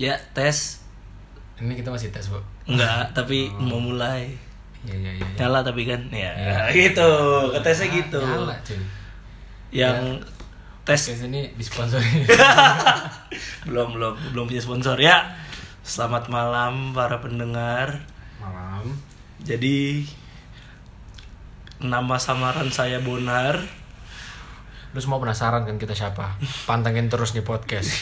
Ya, tes. Ini kita masih tes, Bu. Enggak, tapi mau mulai. Iya, iya, iya. iya. Nyala tapi kan. Oh. Ya, Iya. gitu. Ke tesnya Ah, gitu. Nyala, Ya. cuy. Yang tes Tes ini disponsori. belum belum belum punya sponsor ya. Selamat malam para pendengar. Malam. Jadi nama samaran saya Bonar. Lu semua penasaran kan kita siapa? Pantengin terus di podcast.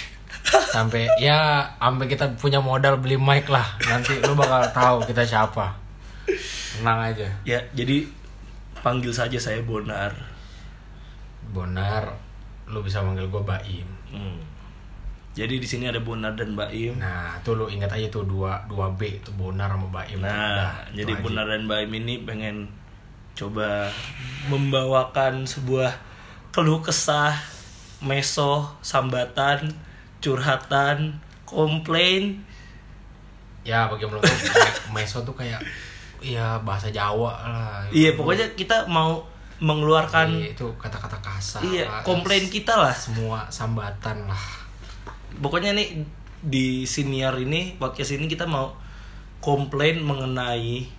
Sampai ya sampai kita punya modal beli mic lah. Nanti lu bakal tahu kita siapa. Tenang aja. Ya, jadi panggil saja saya Bonar. Bonar, lu bisa manggil gue Baim. Hmm. Jadi di sini ada Bonar dan Baim. Nah, tuh lu ingat aja tuh dua dua B itu Bonar sama Baim. Nah, Udah, jadi itu aja. Bunda dan Baim ini pengen coba membawakan sebuah keluh kesah, meso, sambatan, curhatan, komplain. ya bagi yang belum tahu kayak meso tuh kayak ya bahasa Jawa lah Iya, pokoknya kita mau mengeluarkan Iya, itu kata-kata kasar iya lah. komplain kita lah. semua sambatan lah Pokoknya nih di siniar ini podcast ini kita mau komplain mengenai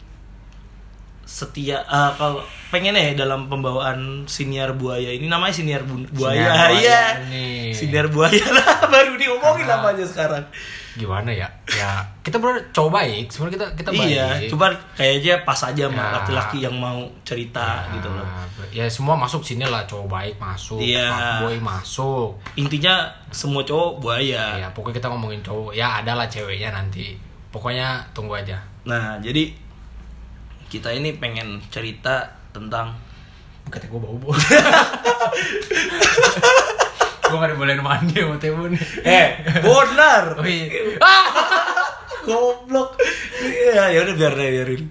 setia ah, kalau pengennya ya dalam pembawaan siniar buaya ini namanya siniar bu- buaya Sinar iya nih. Sinar buaya lah baru diomongin Ah. namanya sekarang. gimana ya ya kita bener coba baik sebenarnya kita kita baik Ah, Iya, coba kayaknya pas aja sama Ya. laki-laki yang mau cerita gitu loh. Nah, ya semua masuk sini lah coba baik masuk Iya. boy masuk Intinya semua cowok buaya. ya pokoknya kita ngomongin cowok ya ada lah ceweknya nanti pokoknya tunggu aja Nah, jadi kita ini pengen cerita tentang kata gue bau bau gue gak dibolehin mandi sama Tebu nih eh Bonar. Oh iya. Goblok. Iya, ya udah biar deh biarin.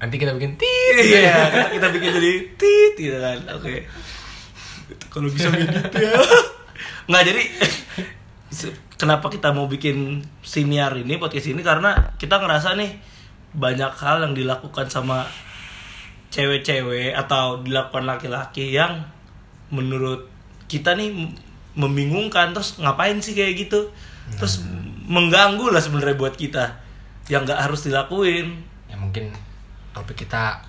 Nanti kita bikin tit. Iya, kita, kita bikin jadi tit gitu kan. Oke. Kalau bisa ngedit ya. Nggak jadi se- kenapa kita mau bikin siniar ini podcast ini karena kita ngerasa nih banyak hal yang dilakukan sama cewek-cewek atau dilakukan laki-laki yang menurut kita nih m- membingungkan terus ngapain sih kayak gitu terus mengganggu lah sebenarnya buat kita yang nggak harus dilakuin Ya mungkin topik kita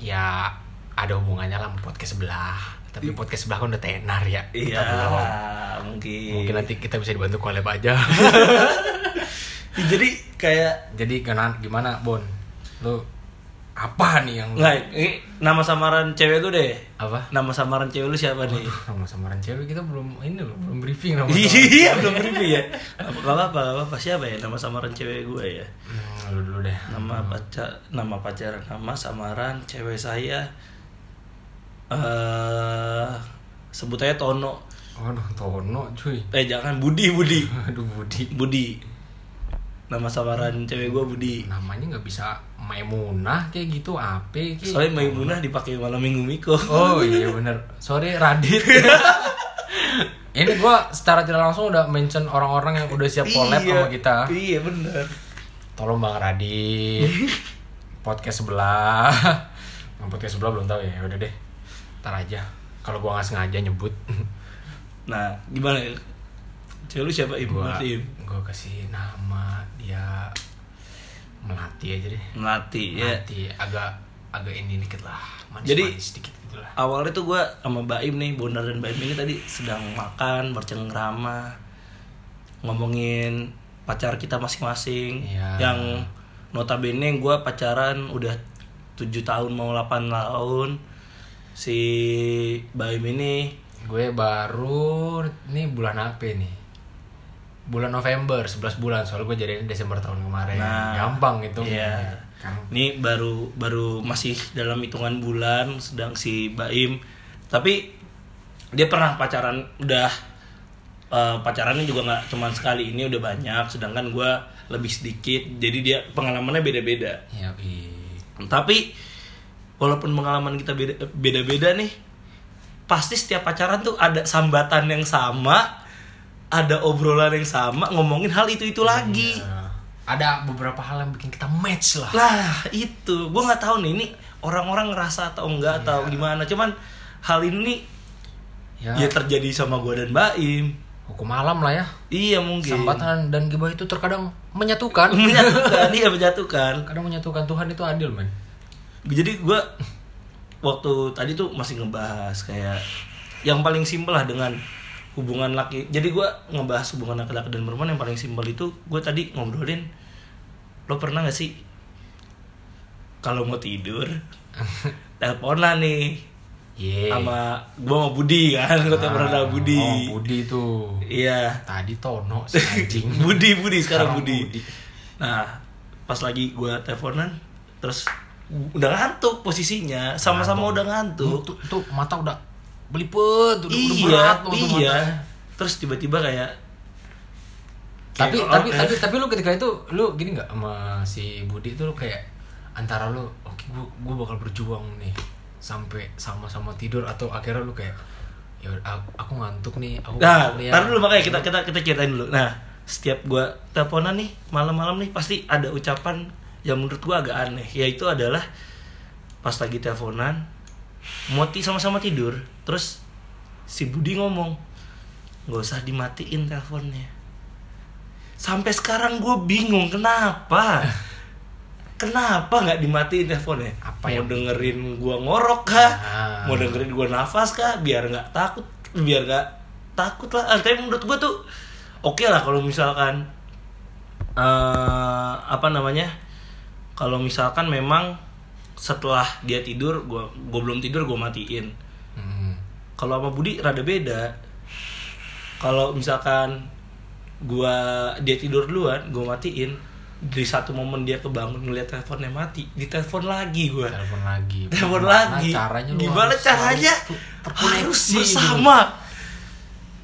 ya ada hubungannya lah sama podcast sebelah. Tapi podcast sebelah kan udah tenar ya. Iya, Kita belum. mungkin. Mungkin nanti kita bisa dibantu collab aja. Ya, Jadi kayak Jadi gimana, gimana Bon? Lu apa nih yang nggak ini nama samaran cewek lu deh. apa? Nama samaran cewek lu siapa nih? Sama samaran cewek kita belum ini loh, belum briefing sama Iya, belum briefing ya. Apa gak apa, gak apa siapa ya nama samaran cewek gue ya? Hmm, lu dulu deh. Nama pacar, nama pacaran, nama samaran cewek saya eh sebut aja Tono. Waduh, Tono cuy. Eh jangan Budi, Budi. Aduh Budi. Budi. Nama samaran cewek gue Budi. Namanya nggak bisa Maimunah kayak gitu, apa kayak Soalnya Maimunah dipakai malam Minggu Miko. Oh iya bener Sorry Radit Ini gua secara tidak langsung udah mention orang-orang yang udah siap collab Iya, sama kita Iya, bener. Tolong Bang Radit Podcast sebelah Yang Podcast sebelah belum tahu ya udah deh Ntar aja Kalau gua nggak sengaja nyebut Nah, gimana ya? Cewek lu siapa Ibu gua, Melati? gua kasih nama dia Melati aja deh Melati ya. Melati agak agak ini dikit lah manis, Jadi- manis dikit gitu lah Awalnya tuh gua sama Baim nih, Bonar dan Baim ini tadi sedang makan, bercengkrama, ngomongin pacar kita masing-masing. Iya. Yang notabene gua pacaran udah 7 tahun mau 8 tahun. Si Baim ini Gue baru ini bulan apa nih? Bulan November, 11 bulan. Soalnya gue jadiin Desember tahun kemarin. Nah, Gampang itu. Kan, Iya. Ini baru baru masih dalam hitungan bulan sedang si Baim. Tapi dia pernah pacaran udah eh, pacarannya juga nggak cuman sekali ini udah banyak sedangkan gua lebih sedikit jadi dia pengalamannya beda-beda Iya, i. tapi walaupun pengalaman kita beda- beda-beda nih pasti setiap pacaran tuh ada sambatan yang sama ada obrolan yang sama ngomongin hal itu itu lagi Nah, Ada beberapa hal yang bikin kita match lah. lah itu gue nggak tahu nih ini orang-orang ngerasa atau enggak atau gimana cuman hal ini Ya, ya terjadi sama gue dan Baim hukum alam lah ya Iya mungkin. sambatan dan gibah itu terkadang menyatukan menyatukan, iya menyatukan. kadang menyatukan Tuhan itu adil men Jadi gua waktu tadi tuh masih ngebahas kayak yang paling simpel lah dengan hubungan laki. Jadi gua ngebahas hubungan laki-laki dan perempuan yang paling simpel itu gua tadi ngobrolin lo pernah gak sih kalau mau tidur teleponan nih Ye. sama gua sama Budi kan gua Iya. Ah, teleponan sama Budi. oh, Budi itu Iya. tadi Tono si anjing Budi Budi sekarang, Sekarang Budi. Budi. Nah, pas lagi gua teleponan terus udah ngantuk posisinya, sama-sama udah ngantuk. tuh, tuh mata udah belipet udah, udah iya, berat tuh, tuh iya. matanya. Terus tiba-tiba kayak tapi Kayak, tapi oh, tapi tapi lu ketika itu lu gini nggak sama si Budi itu lu kayak antara lu oke gua gua bakal berjuang nih sampai sama-sama tidur atau akhirnya lu kayak ya udah, aku, aku ngantuk nih aku Nah, ngantuk nih ya." taruh dulu makanya kita kita kita ceritain dulu. Nah, setiap gua teleponan nih malam-malam nih pasti ada ucapan yang menurut gua agak aneh, yaitu adalah pas lagi teleponan mau ti- sama-sama tidur, terus si Budi ngomong nggak usah dimatiin teleponnya. Sampai sekarang gue bingung kenapa. Kenapa nggak dimatiin teleponnya? Apa mau yang- dengerin gua ngorok kah? Ah. Mau dengerin gua nafas kah? Biar nggak takut, biar nggak takut lah. Ah, Tapi menurut gua tuh oke lah kalau misalkan eh apa namanya? Kalau misalkan memang setelah dia tidur, gua gua belum tidur gua matiin. Hmm. Kalau sama Budi rada beda. Kalau misalkan gua dia tidur duluan, gua matiin di satu momen dia kebangun ngeliat teleponnya mati, ditelepon lagi gua telepon lagi telepon Gimana lagi caranya lu gimana harus- caranya harus tuh terkoneksi harus gitu. bersama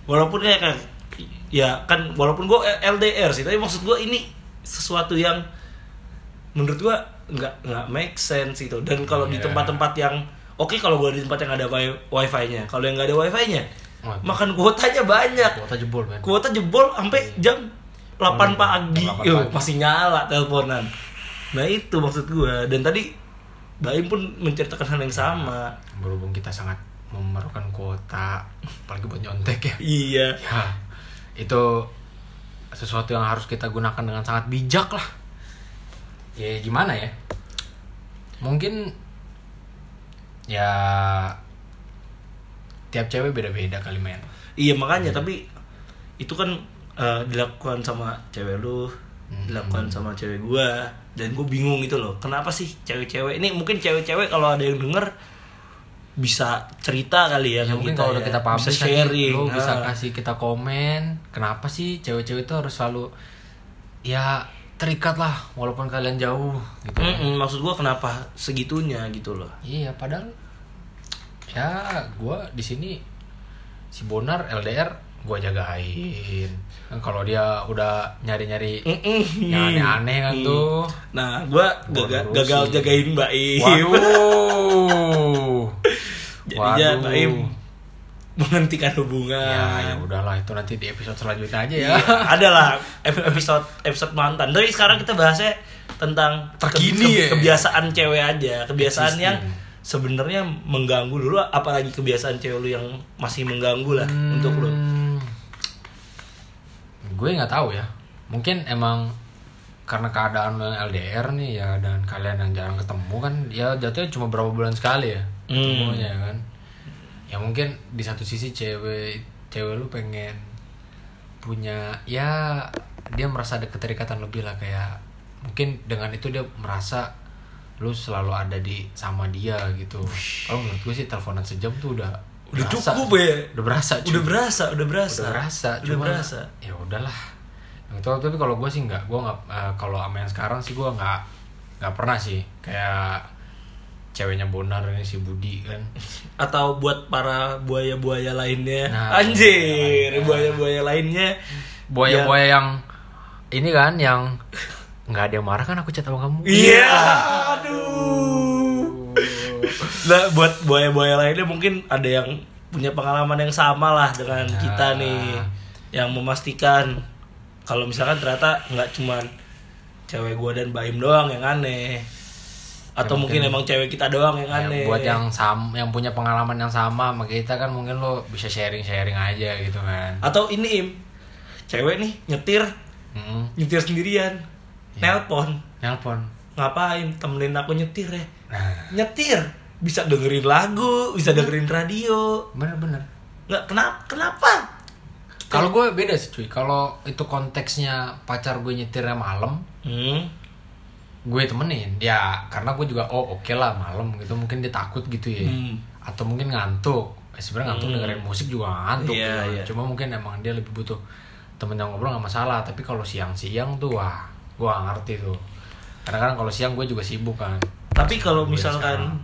walaupun ya kan ya kan walaupun gue LDR sih tapi maksud gue ini sesuatu yang menurut gue nggak nggak make sense itu dan kalau di Iya. tempat-tempat yang oke kalau gue di tempat yang ada wi- wifi-nya kalau yang nggak ada wifi-nya Waduh. makan kuotanya banyak kuota jebol men kuota jebol sampai jam 8 pagi, Jam 8 Yo, pagi. masih nyala teleponan nah itu maksud gua dan tadi Baim pun menceritakan hal yang sama berhubung kita sangat memerlukan kuota apalagi buat nyontek ya iya ya itu sesuatu yang harus kita gunakan dengan sangat bijak lah ya gimana ya mungkin ya tiap cewek beda-beda kali men iya makanya tapi itu kan eh, dilakukan sama cewek lu Hmm. dilakukan sama cewek gua dan gua bingung gitu loh kenapa sih cewek-cewek ini mungkin cewek-cewek kalau ada yang denger bisa cerita kali ya ya sama mungkin kalau udah ya. kita bisa publish nanti sharing lu bisa nah. kasih kita komen kenapa sih cewek-cewek itu harus selalu ya terikat lah walaupun kalian jauh gitu Mm-mm, maksud gua kenapa segitunya gitu loh Iya, padahal ya gua di sini si Bonar LDR gua jagain. Kan Kalau dia udah nyari-nyari yang aneh-aneh kan tuh. Mm. Nah, gua gaga- Waduh, gagal sih. jagain Mbak Im. Waduh. Jadinya Mbak Im menghentikan Ya, ya hubungan. udahlah itu nanti di episode selanjutnya aja ya. Iya, ada lah ep- episode episode mantan. Tapi sekarang kita bahasnya tentang ke- Terkini ya. kebiasaan cewek aja, kebiasaan Existing. yang sebenarnya mengganggu dulu apalagi kebiasaan cewek lu yang masih mengganggu lah untuk lu. Hmm, gue nggak tahu ya mungkin emang karena keadaan lo yang LDR nih ya dan kalian yang jarang ketemu kan ya jatuhnya cuma berapa bulan sekali ya Hmm. ketemunya ya kan ya mungkin di satu sisi cewek cewek lu pengen punya ya dia merasa ada keterikatan lebih lah kayak mungkin dengan itu dia merasa lu selalu ada di sama dia gitu kalau menurut gue sih teleponan sejam tuh udah Udah berasa. cukup ya. udah berasa cuy Udah berasa, udah berasa. udah berasa Gitu. Udah cuma berasa. ya udahlah Yang itu tapi kalau gue sih nggak gue nggak eh, kalau sama yang sekarang sih gue nggak nggak pernah sih kayak ceweknya Bonar ini si Budi kan atau buat para buaya-buaya lainnya Nah, anjir buaya-buaya. buaya-buaya lainnya buaya-buaya Iya. yang ini kan yang nggak ada yang marah kan aku chat sama kamu iya aduh nah buat buaya-buaya lainnya mungkin ada yang punya pengalaman yang sama lah dengan kita nih yang memastikan kalau misalkan ternyata nggak cuman cewek gua dan Baim doang yang aneh atau Ya, mungkin, emang cewek kita doang yang Ya, aneh buat yang sam yang punya pengalaman yang sama sama kita kan mungkin lo bisa sharing sharing aja gitu kan atau ini im cewek nih nyetir Mm-mm. nyetir sendirian nelpon nelpon ngapain temenin aku nyetir ya nah nyetir bisa dengerin lagu bisa dengerin radio bener bener nggak kenapa kenapa kalau gue beda sih cuy kalau itu konteksnya pacar gue nyetirnya malam hmm gue temenin ya karena gue juga oh oke lah malam gitu mungkin dia takut gitu ya Hmm. atau mungkin ngantuk Eh, sebenarnya ngantuk Hmm. dengerin musik juga ngantuk Iya, gitu. iya. cuma mungkin emang dia lebih butuh temen yang ngobrol nggak masalah tapi kalau siang-siang tuh wah gue nggak ngerti tuh karena kadang kalau siang gue juga sibuk kan tapi kalau Gue misalkan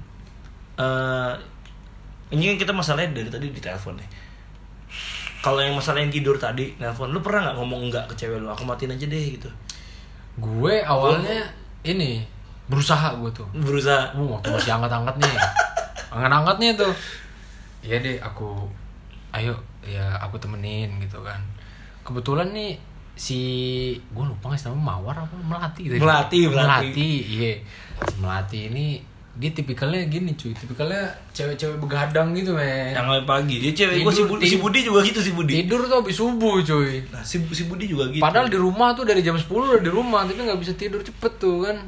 eh ini kan kita masalahnya dari tadi di telepon nih kalau yang masalah yang tidur tadi nelpon lu pernah nggak ngomong enggak ke cewek lu aku matiin aja deh gitu gue Oh. awalnya ini berusaha gue tuh berusaha Oh, waktu masih angkat-angkat nih. Angkat-angkat nih tuh. Iya deh, aku ayo ya aku temenin gitu kan. Kebetulan nih si gue lupa nggak sih namanya Mawar apa Melati tadi. Melati, Melati. Melati, iya. Si Melati ini dia tipikalnya gini cuy, tipikalnya cewek-cewek begadang gitu men. yang pagi dia cewek gua si, Tidur, Bu- si tidur. Budi juga gitu si Budi Tidur tuh habis subuh cuy. nah si, si Budi juga gitu Padahal di rumah tuh dari jam 10 udah di rumah, tapi nggak bisa tidur cepet tuh kan.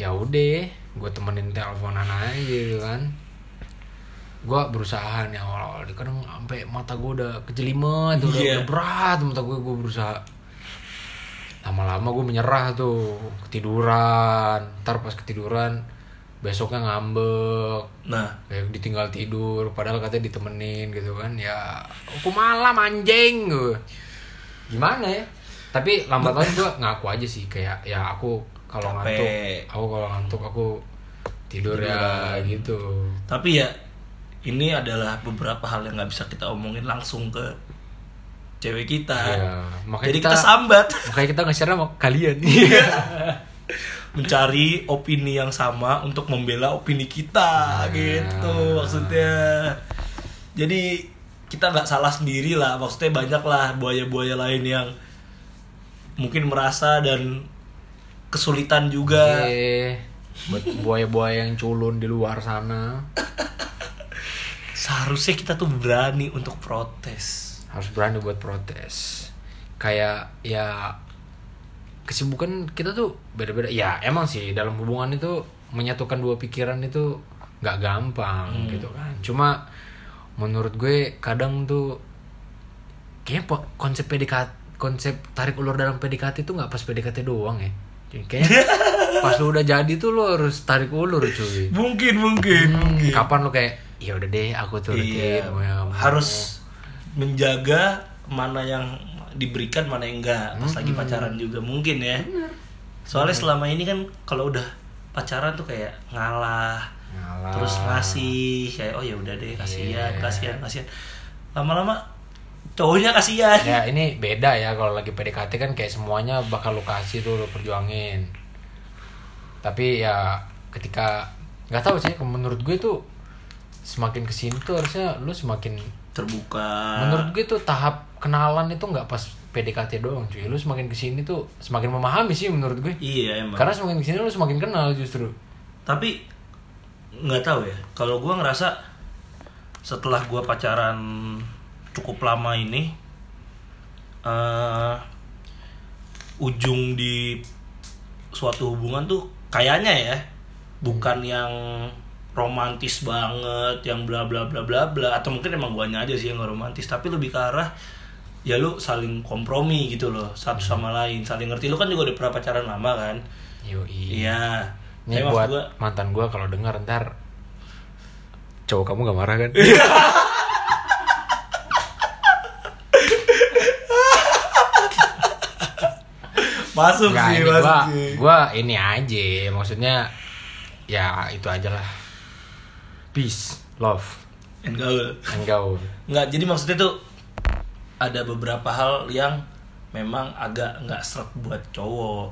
Ya udah, gue temenin teleponan aja gitu kan. Gue berusaha nih awal-awal, kadang sampai mata gue udah kejelimet, udah, Iya. udah berat mata gue, gue berusaha. Lama-lama gue menyerah tuh, ketiduran. Ntar pas ketiduran, besoknya ngambek, nah kayak ditinggal tidur padahal katanya ditemenin gitu kan ya aku malam anjing gue gimana ya tapi lambat laun gue ngaku aja sih kayak ya aku kalau Capek. ngantuk aku kalau ngantuk aku tidur ya gitu tapi ya ini adalah beberapa hal yang nggak bisa kita omongin langsung ke cewek kita ya makanya jadi kita, kita sambat makanya kita nge-share sama kalian Iya. mencari opini yang sama untuk membela opini kita Iya. gitu maksudnya jadi kita nggak salah sendiri lah maksudnya banyak lah buaya-buaya lain yang mungkin merasa dan kesulitan juga Eh, buat buaya-buaya yang culun di luar sana seharusnya kita tuh berani untuk protes harus berani buat protes kayak ya kesibukan kita tuh beda-beda ya emang sih dalam hubungan itu menyatukan dua pikiran itu nggak gampang gitu kan cuma menurut gue kadang tuh kayaknya po- konsep PDKT konsep tarik ulur dalam PDKT itu nggak pas PDKT doang ya Jadi kayaknya pas lu udah jadi tuh lu harus tarik ulur cuy mungkin mungkin Hmm, kapan lu kayak ya udah deh aku turutin mau yang kamu iya. harus menjaga mana yang diberikan mana yang enggak pas lagi pacaran juga mungkin ya soalnya selama ini kan kalau udah pacaran tuh kayak ngalah Ngalah. terus ngasih kayak oh ya udah deh kasihan Iya. kasihan kasihan lama-lama cowoknya kasihan ya ini beda ya kalau lagi PDKT kan kayak semuanya bakal lu kasih tuh lu perjuangin tapi ya ketika nggak tahu sih menurut gue tuh semakin kesini tuh harusnya lu semakin terbuka menurut gue tuh tahap kenalan itu nggak pas PDKT doang cuy lu semakin kesini tuh semakin memahami sih menurut gue iya emang karena semakin kesini lu semakin kenal justru tapi nggak tahu ya kalau gua ngerasa setelah gua pacaran cukup lama ini eh ujung di suatu hubungan tuh kayaknya ya bukan Hmm. yang romantis banget yang bla bla bla bla bla atau mungkin emang guanya aja sih yang gak romantis tapi lebih ke arah ya lu saling kompromi gitu loh satu Hmm. sama lain saling ngerti lu kan juga udah pernah pacaran lama kan yoi iya ini Tapi maksud buat gua- mantan gue kalau dengar ntar cowok kamu gak marah kan masuk Enggak, sih ini masuk gua, sih gua ini aja maksudnya ya itu aja lah peace love Enggak, and gaul nggak jadi maksudnya tuh ada beberapa hal yang memang agak nggak seret buat cowok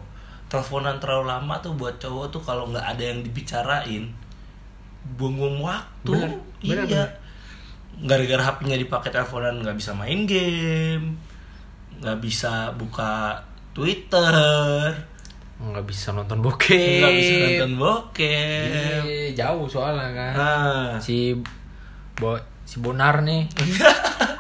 teleponan terlalu lama tuh buat cowok tuh kalau nggak ada yang dibicarain buang-buang waktu Bener, bener, iya bener. gara-gara HP-nya dipakai teleponan nggak bisa main game nggak bisa buka Twitter nggak bisa nonton bokep nggak bisa nonton bokep Iya, jauh soalnya kan nah si bo si Bonar nih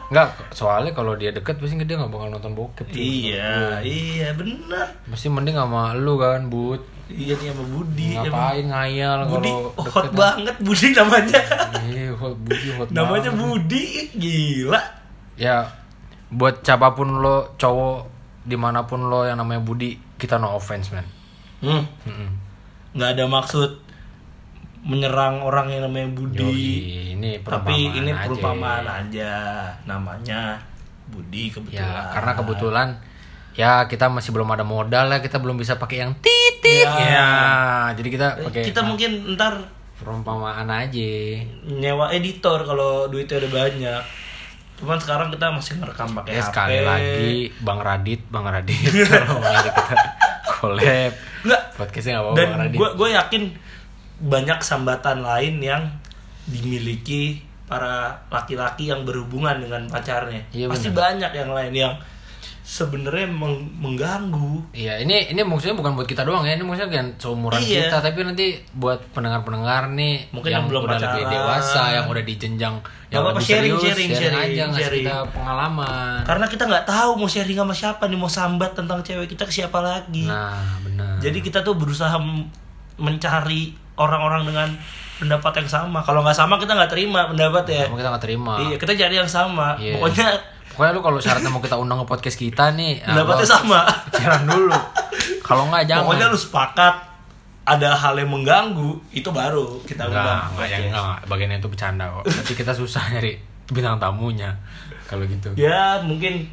nggak soalnya kalau dia deket pasti dia nggak bakal nonton bokep iya iya benar mesti mending sama lu kan but iya nih sama Budi Emang ngapain ngayal Budi kalau ya? hot banget Budi namanya Iya, hot Budi hot namanya banget. Budi gila ya buat siapapun lo cowok dimanapun lo yang namanya Budi kita no offense man hmm. Mm-mm. nggak ada maksud menyerang orang yang namanya Budi Yoi, ini tapi perumpamaan ini aja. perumpamaan aja namanya Budi kebetulan ya karena Ah. kebetulan ya kita masih belum ada modal ya kita belum bisa pakai yang titik Ya. Eh, ya, jadi kita pakai kita mungkin ntar perumpamaan aja nyewa editor kalau duitnya udah banyak cuman sekarang kita masih ngerekam pakai ya HP sekali lagi Bang Radit Bang Radit kalau Bang Radit kita collab Nggak. podcastnya nggak apa-apa dan Bang Oh, Radit gue gue yakin banyak sambatan lain yang dimiliki para laki-laki yang berhubungan dengan pacarnya Iya, pasti banyak yang lain yang sebenarnya meng- mengganggu Iya, ini ini maksudnya bukan buat kita doang ya, ini maksudnya kan seumuran Iya. kita, tapi nanti buat pendengar-pendengar nih Mungkin yang yang belum udah lebih pacaran. dewasa, yang udah di jenjang yang apa-apa, lebih sharing, serius, sharing, sharing, aja ngasih sharing. kita pengalaman. karena kita nggak tahu mau sharing sama siapa nih mau sambat tentang cewek kita ke siapa lagi Nah, benar. Iya. Jadi kita tuh berusaha m- mencari orang-orang dengan pendapat yang sama. Kalau nggak sama kita nggak terima pendapat ya. Kamu kita nggak terima. Iya, kita cari yang sama. Iya. Pokoknya Pokoknya lu kalau syaratnya mau kita undang ke podcast kita nih, nah, pendapatnya lu sama. pikiran dulu. Kalau nggak jangan. Pokoknya lu sepakat ada hal yang mengganggu, itu baru kita Enggak, undang. enggak, yang enggak, bagian itu bercanda kok. Tapi kita susah nyari bintang tamunya kalau gitu. Ya, mungkin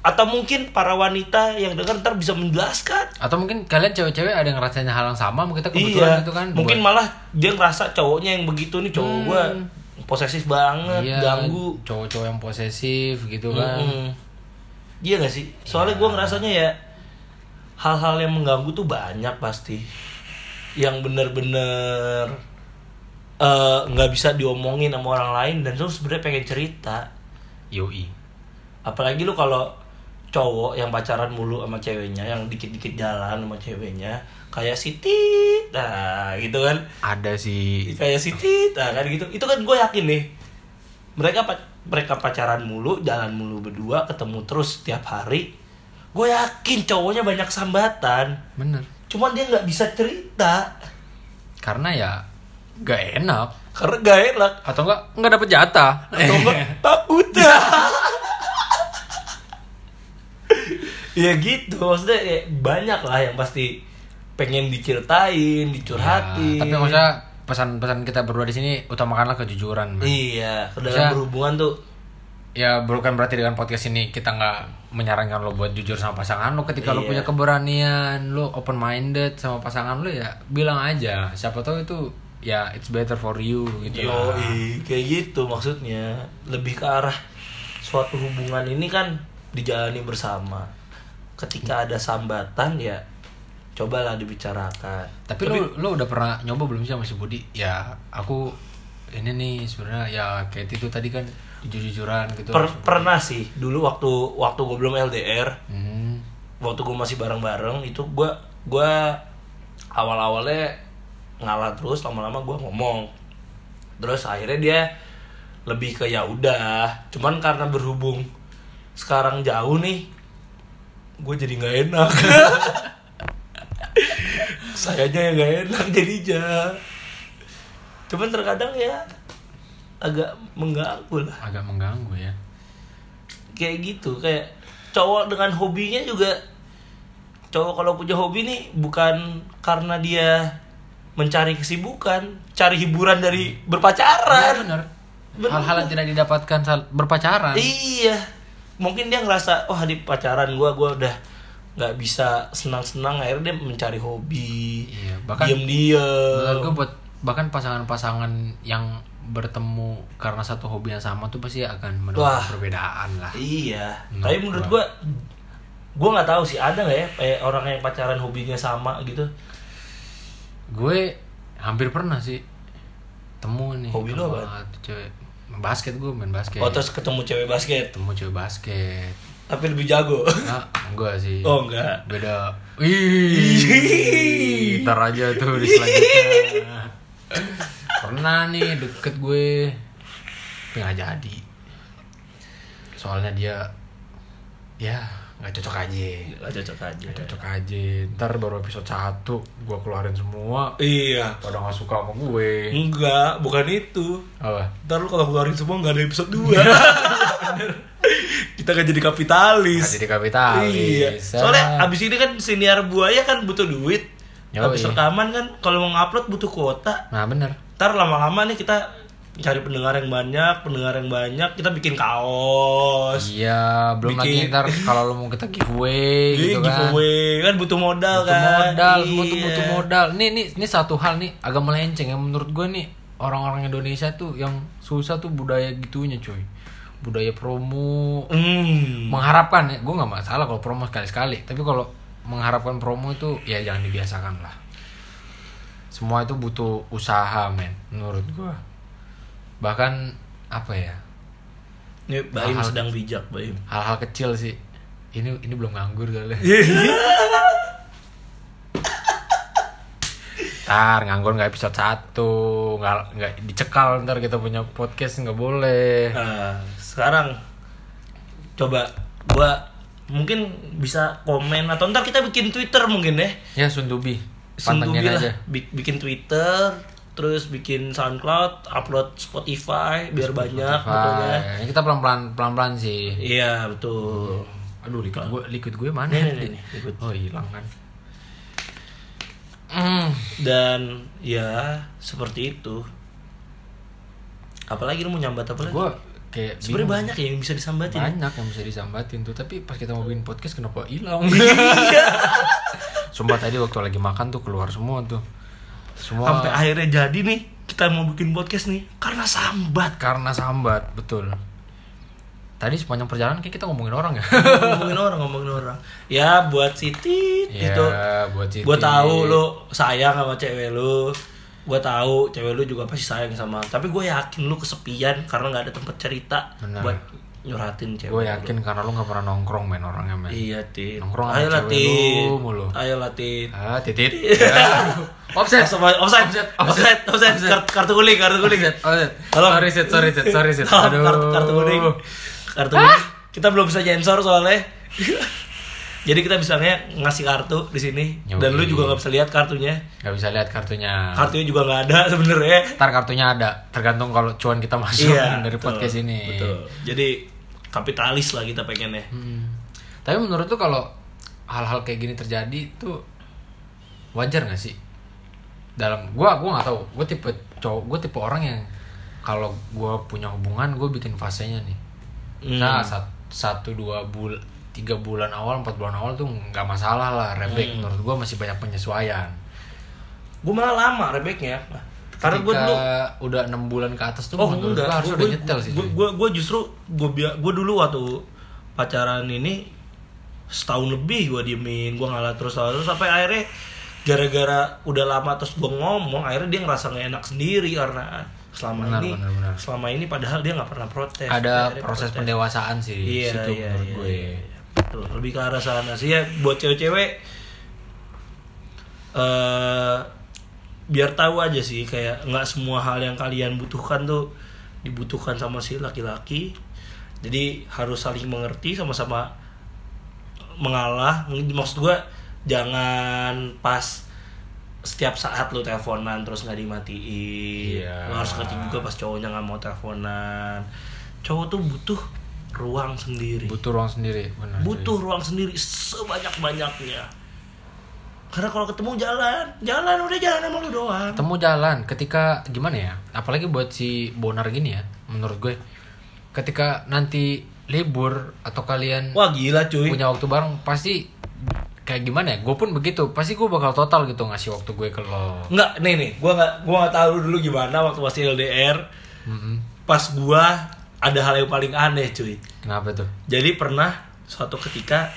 atau mungkin para wanita yang dengar ntar bisa menjelaskan. Atau mungkin kalian cewek-cewek ada yang ngerasain hal yang sama, mungkin kita kebetulan Iya. gitu kan. mungkin malah dia ngerasa cowoknya yang begitu nih cowok gua posesif banget, Hmm. Iya, ganggu. cowok-cowok yang posesif gitu kan. Mm-mm. Iya gak sih? Soalnya gua ngerasanya ya hal-hal yang mengganggu tuh banyak pasti. Yang bener-bener eh, nggak bisa diomongin sama orang lain dan lu sebenarnya pengen cerita. Yoi. Apalagi lu kalau cowok yang pacaran mulu sama ceweknya, yang dikit-dikit jalan sama ceweknya, kayak si Tit, nah gitu kan Ada sih kayak si Tita kan gitu itu kan gue yakin nih mereka pa- mereka pacaran mulu jalan mulu berdua ketemu terus tiap hari gue yakin cowoknya banyak sambatan bener. cuman dia nggak bisa cerita Karena ya gak enak karena gak enak atau enggak enggak dapet jatah. atau nggak Iya. takutnya ya gitu maksudnya ya banyak lah yang pasti pengen diceritain dicurhatin Ya, tapi maksudnya pesan-pesan kita berdua di sini utamakanlah kejujuran. Man. iya ke Maksudnya- dalam berhubungan tuh Ya bukan berarti dengan podcast ini kita nggak menyarankan lo buat jujur sama pasangan lo ketika lo Iya. punya keberanian, lo open minded sama pasangan lo ya bilang aja. Siapa tahu itu ya it's better for you gitu. lah. Yoi, kayak gitu maksudnya. Lebih ke arah suatu hubungan ini kan dijalani bersama. Ketika ada sambatan ya cobalah dibicarakan. Tapi, lo lo udah pernah nyoba belum sih sama si Budi? Ya aku ini nih sebenarnya ya kayak itu tadi kan jujur-jujuran gitu. Per- pernah sih dulu waktu waktu gue belum LDR, Hmm. waktu gue masih bareng-bareng itu gua gua awal-awalnya ngalah terus lama-lama gua ngomong terus akhirnya dia lebih ke ya udah cuman karena berhubung sekarang jauh nih gue jadi nggak enak sayanya yang nggak enak jadinya cuman terkadang ya agak mengganggu lah Agak mengganggu ya. kayak gitu kayak cowok dengan hobinya juga cowok kalau punya hobi nih bukan karena dia mencari kesibukan cari hiburan dari Iya berpacaran bener. Bener. Hal-hal yang tidak didapatkan saat berpacaran. iya mungkin dia ngerasa wah di pacaran gua gua udah nggak bisa senang-senang akhirnya dia mencari hobi Iya, bahkan- Menurut diem-diem gue buat bahkan pasangan-pasangan yang bertemu karena satu hobi yang sama tuh pasti akan menemukan Wah. perbedaan lah. Iya. Menurut Tapi menurut gua gua nggak tahu sih ada nggak ya kayak orang yang pacaran hobinya sama gitu. Gue hampir pernah sih temu nih. Hobi lu sama tuh Cewek basket gue main basket. Oh terus ketemu Oh, cewek basket. Temu cewek basket. tapi lebih jago Nah, enggak sih. oh enggak Beda. Ih. Ntar aja tuh di selanjutnya. Pernah nih deket gue. Tapi nggak jadi. Soalnya dia ya nggak cocok aja. nggak cocok aja Cocok aja. Ntar baru episode 1 gue keluarin semua. iya Pada nggak suka sama gue. enggak bukan itu Apa? ntar lu kalau keluarin semua nggak ada episode 2 kita kan jadi kapitalis Nggak jadi kapitalis. iya Ah. soalnya abis ini kan siniar buaya kan butuh duit Yoi. abis rekaman kan kalau mau ngupload butuh kuota Nah bener. ntar lama-lama nih kita cari pendengar yang banyak pendengar yang banyak kita bikin kaos Iya, belum lagi Bikin- ntar kalau lu mau kita giveaway Jadi gitu kan. giveaway kan butuh modal butuh kan modal semua tuh Iya. butuh modal nih nih ini satu hal nih agak melenceng yang menurut gue nih orang-orang Indonesia tuh yang susah tuh budaya gitunya cuy budaya promo hmm. mengharapkan ya gue nggak masalah kalau promo sekali-sekali tapi kalau mengharapkan promo itu ya jangan dibiasakan lah semua itu butuh usaha men menurut gue bahkan apa ya ini Baim sedang bijak Baim hal-hal kecil sih ini ini belum nganggur kali Iya, Ntar nganggur nggak episode 1 nggak nggak dicekal ntar kita punya podcast nggak boleh. Nah, sekarang coba gua mungkin bisa komen atau ntar kita bikin twitter mungkin ya Ya Sundubi, Sungguh pantengin aja. lah Bi- bikin twitter terus bikin soundcloud upload spotify biar banyak fotonya. Wah, ini kita pelan-pelan pelan-pelan sih. iya betul Aduh, liquid gue liquid gue mana? Nih, nih, nih, nih, liquid. Oh hilang kan. Hmm. dan ya seperti itu apalagi lu mau nyambat apa lagi Gue kayak sebenarnya bingung. banyak ya yang bisa disambatin banyak yang bisa disambatin tuh tapi pas kita mau bikin podcast kenapa hilang Iya. sumpah tadi waktu lagi makan tuh keluar semua tuh semua sampai akhirnya jadi nih kita mau bikin podcast nih karena sambat karena sambat betul tadi sepanjang perjalanan kayak kita ngomongin orang ya ngomongin orang ngomongin orang ya buat Siti itu Ya, buat Siti. gue tahu lo sayang sama cewek lo gue tahu cewek lo juga pasti sayang sama tapi gue yakin lo kesepian karena nggak ada tempat cerita Benar. buat nyuratin cewek gue lu. yakin karena lu nggak pernah nongkrong men orangnya men iya tit Nongkrong sama ayo cewek latin lu mulu. ayo latin ah titit Iya. Ya. offset offside offside Offset, offside offside Kart- kartu kuning kartu kuning offset offset Tolong. sorry set sorry set sorry set Tolong, kartu, kartu kuning kartu kuning kita belum bisa sensor soalnya jadi kita bisanya ngasih kartu di sini Yoi. Ah. dan lu juga nggak bisa lihat kartunya nggak bisa lihat kartunya kartunya juga nggak ada sebenarnya Iya. Ntar kartunya ada, tergantung kalau cuan kita masuk dari betul, podcast ini. betul jadi kapitalis lah kita pengennya Hmm. Tapi menurut tuh kalau hal-hal kayak gini terjadi tuh wajar nggak sih? Dalam gua gua nggak tahu. Gua tipe cowok, gua tipe orang yang kalau gua punya hubungan gua bikin fasenya nih. Hmm. Nah sat- satu dua bulan tiga bulan awal empat bulan awal tuh nggak masalah lah Hmm. rebek menurut gua masih banyak penyesuaian. gue malah lama rebeknya karena gue Ketika dulu udah enam bulan ke atas tuh Oh menurut enggak, gua harus Gua- udah gua- nyetel sih. Gua, cuy. gua, gua justru gua, bia- gua dulu waktu pacaran ini setahun lebih gua diemin, gua ngalah terus ngalah terus sampai akhirnya gara-gara udah lama terus gua ngomong, akhirnya dia ngerasa nggak enak sendiri karena selama Benar, ini benar, benar. selama ini padahal dia nggak pernah protes. ada Akhirnya proses protes. pendewasaan sih di Iya, situ iya, menurut iya, gue. iya, iya. Betul, lebih ke arah sana sih ya buat cewek-cewek eh biar tahu aja sih kayak nggak semua hal yang kalian butuhkan tuh dibutuhkan sama si laki-laki. Jadi harus saling mengerti sama-sama mengalah. Maksud gua jangan pas setiap saat lu teleponan terus nggak dimatiin. Iya. Lu harus ngerti juga pas cowoknya nggak mau teleponan. Cowok tuh butuh ruang sendiri Butuh ruang sendiri, benar. cuy. butuh ruang sendiri sebanyak banyaknya karena kalau ketemu jalan jalan udah jalan sama lu doang Temu jalan ketika gimana ya? Apalagi buat si Bonar gini ya, menurut gue. Ketika nanti libur atau kalian wah gila cuy punya waktu bareng pasti kayak gimana ya? Gue pun begitu. Pasti gue bakal total gitu ngasih waktu gue ke lo. nggak nih nih gua nggak gua nggak tahu dulu gimana waktu masih LDR pas gua ada hal yang paling aneh cuy Kenapa tuh? jadi pernah suatu ketika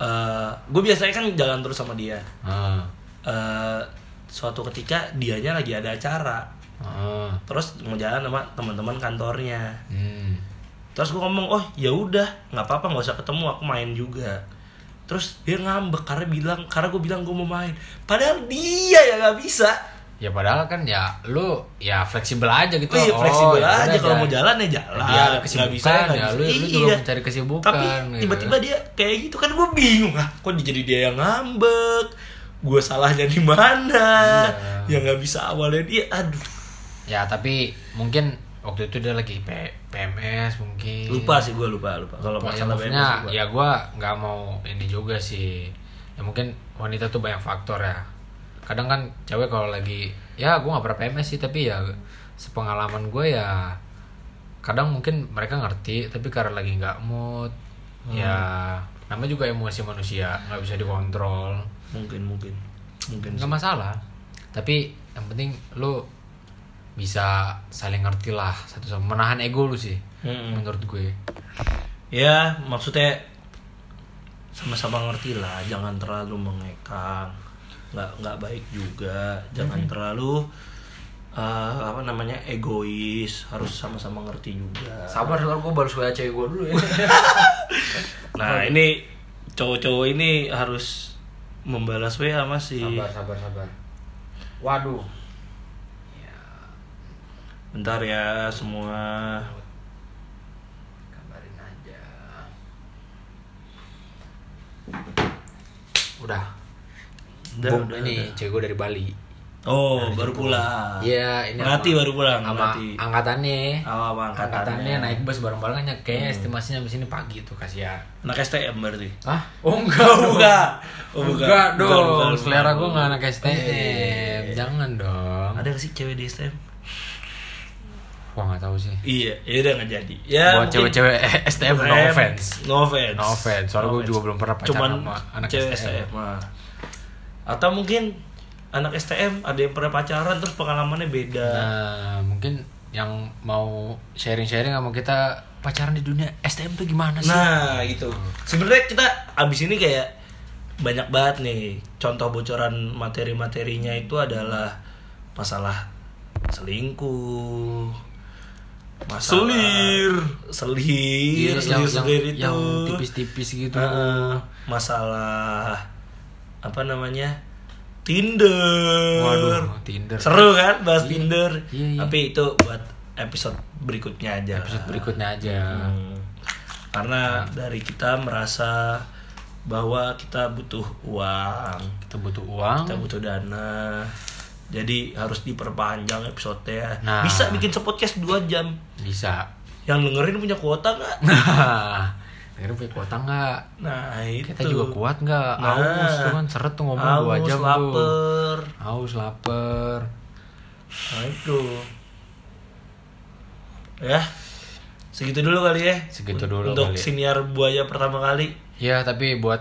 eh gue biasanya kan jalan terus sama dia Ah. Eh suatu ketika dianya lagi ada acara Ah. terus mau jalan sama teman-teman kantornya Hmm. terus gue ngomong oh ya udah nggak apa-apa nggak usah ketemu aku main juga terus dia ngambek karena bilang karena gue bilang gue mau main padahal dia yang nggak bisa Ya padahal kan ya lu ya fleksibel aja gitu. Iya, fleksibel ya aja udah, kalau ya. mau jalan ya jalan Dia ada nggak kesibukan bisa nggak ya, bisa. lu, lu juga Iya. mencari kesibukan. tapi gitu. tiba-tiba dia kayak gitu kan gue bingung ah kok dia jadi dia yang ngambek gue salahnya di mana Iya. yang nggak bisa awalnya dia aduh Ya tapi mungkin waktu itu dia lagi P- PMS mungkin. lupa sih gue lupa lupa kalau Ya, masalah Iya. maksudnya BMS gua- ya gua nggak mau ini juga sih. Ya mungkin wanita tuh banyak faktor ya. Kadang kan cewek kalau lagi ya gua nggak pernah PMS sih tapi ya sepengalaman gue ya kadang mungkin mereka ngerti tapi karena lagi nggak mood ya Hmm. namanya juga emosi manusia nggak bisa dikontrol mungkin mungkin mungkin nggak masalah tapi yang penting lu bisa saling ngerti lah satu sama menahan ego lu sih Mm-mm. menurut gue ya maksudnya sama-sama ngerti lah jangan terlalu mengekang nggak nggak baik juga Mhm. jangan terlalu eh, apa namanya egois harus sama-sama ngerti juga sabar sabar gue baru wa cewek gue dulu ya nah ini cowok-cowok ini harus membalas WA Iya. masih sabar sabar waduh bentar ya semua kabarin aja udah Udah, Bom, udah, ini cewek gue dari Bali oh baru pulang Iya, ini Melati sama- baru pulang sama Melati angkatannya awal angkatannya angkatannya Hmm. naik bus bareng-barengannya kayak estimasinya di sini pagi tuh kasihan anak STM berarti Hah? Oh enggak dong. Enggak. Oh, bukan. enggak Bukan, dong. bukan, Oh, iya, Selera bukan. gue enggak anak STM. iya. Jangan dong. ada gak sih cewek di STM Wah enggak tahu sih. Iya, ya udah nggak jadi. Ya, Buat mungkin- cewek-cewek STM no Em, offense. No offense. No offense, soalnya No gua juga offense. belum pernah pacaran Cuman sama anak cewek STM. STM. ah. Atau mungkin anak STM ada yang pernah pacaran terus pengalamannya beda. Nah, mungkin yang mau sharing-sharing sama kita pacaran di dunia STM tuh gimana sih? Nah, gitu. Sebenarnya kita abis ini kayak banyak banget nih contoh bocoran materi-materinya itu adalah masalah selingkuh, masalah Selir. selir, Iya, yang, selir, yang, selir itu yang tipis-tipis gitu. Heeh, masalah apa namanya Tinder. Waduh, Tinder. Seru kan bahas Tinder. iya, iya. Tapi itu buat episode berikutnya aja. Episode berikutnya aja. Hmm. Karena Nah. dari kita merasa bahwa kita butuh uang, Kita butuh uang. kita butuh dana. Jadi harus diperpanjang episode-nya. Nah. Bisa bikin sepodcast 2 jam. Bisa. Yang dengerin punya kuota nggak? Nah, akhirnya punya kuota nggak? Nah, itu. Kita juga kuat nggak? Nah. Aus tuh kan seret tuh ngomong dua Haus, jam tuh. lapar. Aus lapar. Nah, itu. Ya. Segitu dulu kali ya. Segitu Un- dulu Untuk kali. siniar buaya pertama kali. Ya tapi buat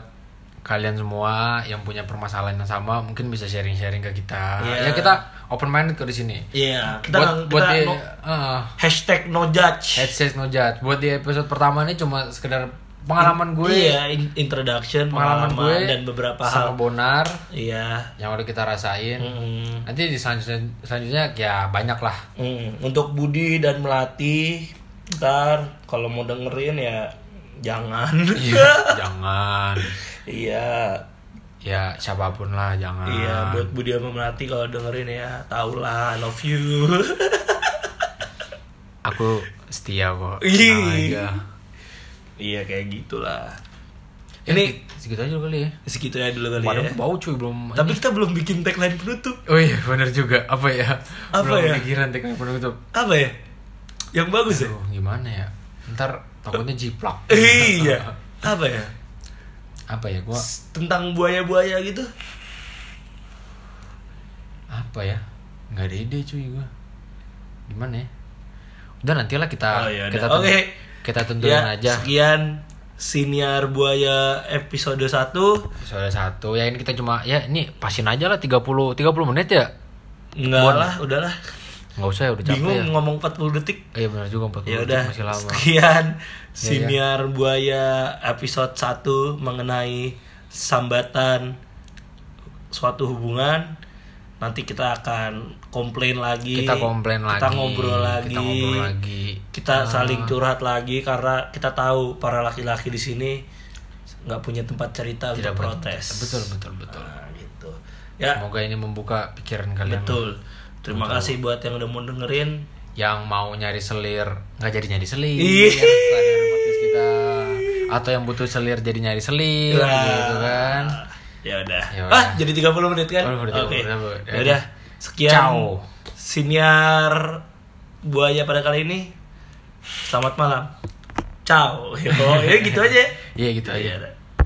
kalian semua yang punya permasalahan yang sama mungkin bisa sharing-sharing ke kita. Iya. Ya kita open minded kok di sini. Iya, kita Buat kita buat di no- ah, hashtag no judge. headset no judge. Buat di episode pertama ini cuma sekedar pengalaman gue, iya in- introduction pengalaman pengalaman, gue dan beberapa hal Hmm. sama Bonar iya Mm-hmm. yang udah kita rasain. Mm-mm. Nanti di selanjutnya, selanjutnya ya banyak lah. Mm. untuk Budi dan Melati ntar kalau mau dengerin ya jangan Iya, jangan. iya Ya siapapun lah jangan. iya buat Budi sama Melati kalau dengerin ya tau lah I love you Aku setia kok. Ih. Tenang aja. iya kayak gitulah Ini segitu Eh, aja dulu kali ya. segitu ya dulu kali Padahal ya bau cuy belum. tapi kita belum bikin tagline penutup Oh iya bener juga apa ya Apa Belum ya? pikiran teknik penutup apa ya yang bagus ya Aduh gimana ya Ntar takutnya jiplak iya apa ya Apa ya gua tentang buaya-buaya gitu Apa ya Nggak ada ide cuy gua Gimana ya Udah nantilah kita Oh, ya udah. kita tentu- Oke. kita tentuin ya, aja Sekian siniar buaya episode 1. Soalnya satu ya ini kita cuma ya ini pasin aja lah 30 30 menit ya Enggak Bon. lah, udahlah. nggak usah ya udah capek Bingung ya ngomong 40 detik. Iya benar juga 40 Ya menit udah. masih lama Ya, Sekian siniar buaya episode 1 mengenai sambatan suatu hubungan nanti kita akan komplain lagi kita komplain lagi kita ngobrol lagi kita ngobrol lagi Ah. kita saling curhat lagi karena kita tahu para laki-laki di sini nggak punya tempat cerita Tidak untuk punya protes betul betul betul Nah, gitu ya semoga ini membuka pikiran kalian betul terima kasih buat yang udah mau dengerin yang mau nyari selir nggak jadi nyari selir Iya. setelah dengerin podcast kita atau yang butuh selir jadi nyari selir Iya. gitu kan ya udah Ya udah. ah jadi 30 menit kan Oh, udah 30 oke menit. ya udah sekian Ciao. siniar buaya pada kali ini selamat malam ciao ya gitu aja Ya iya gitu aja udah.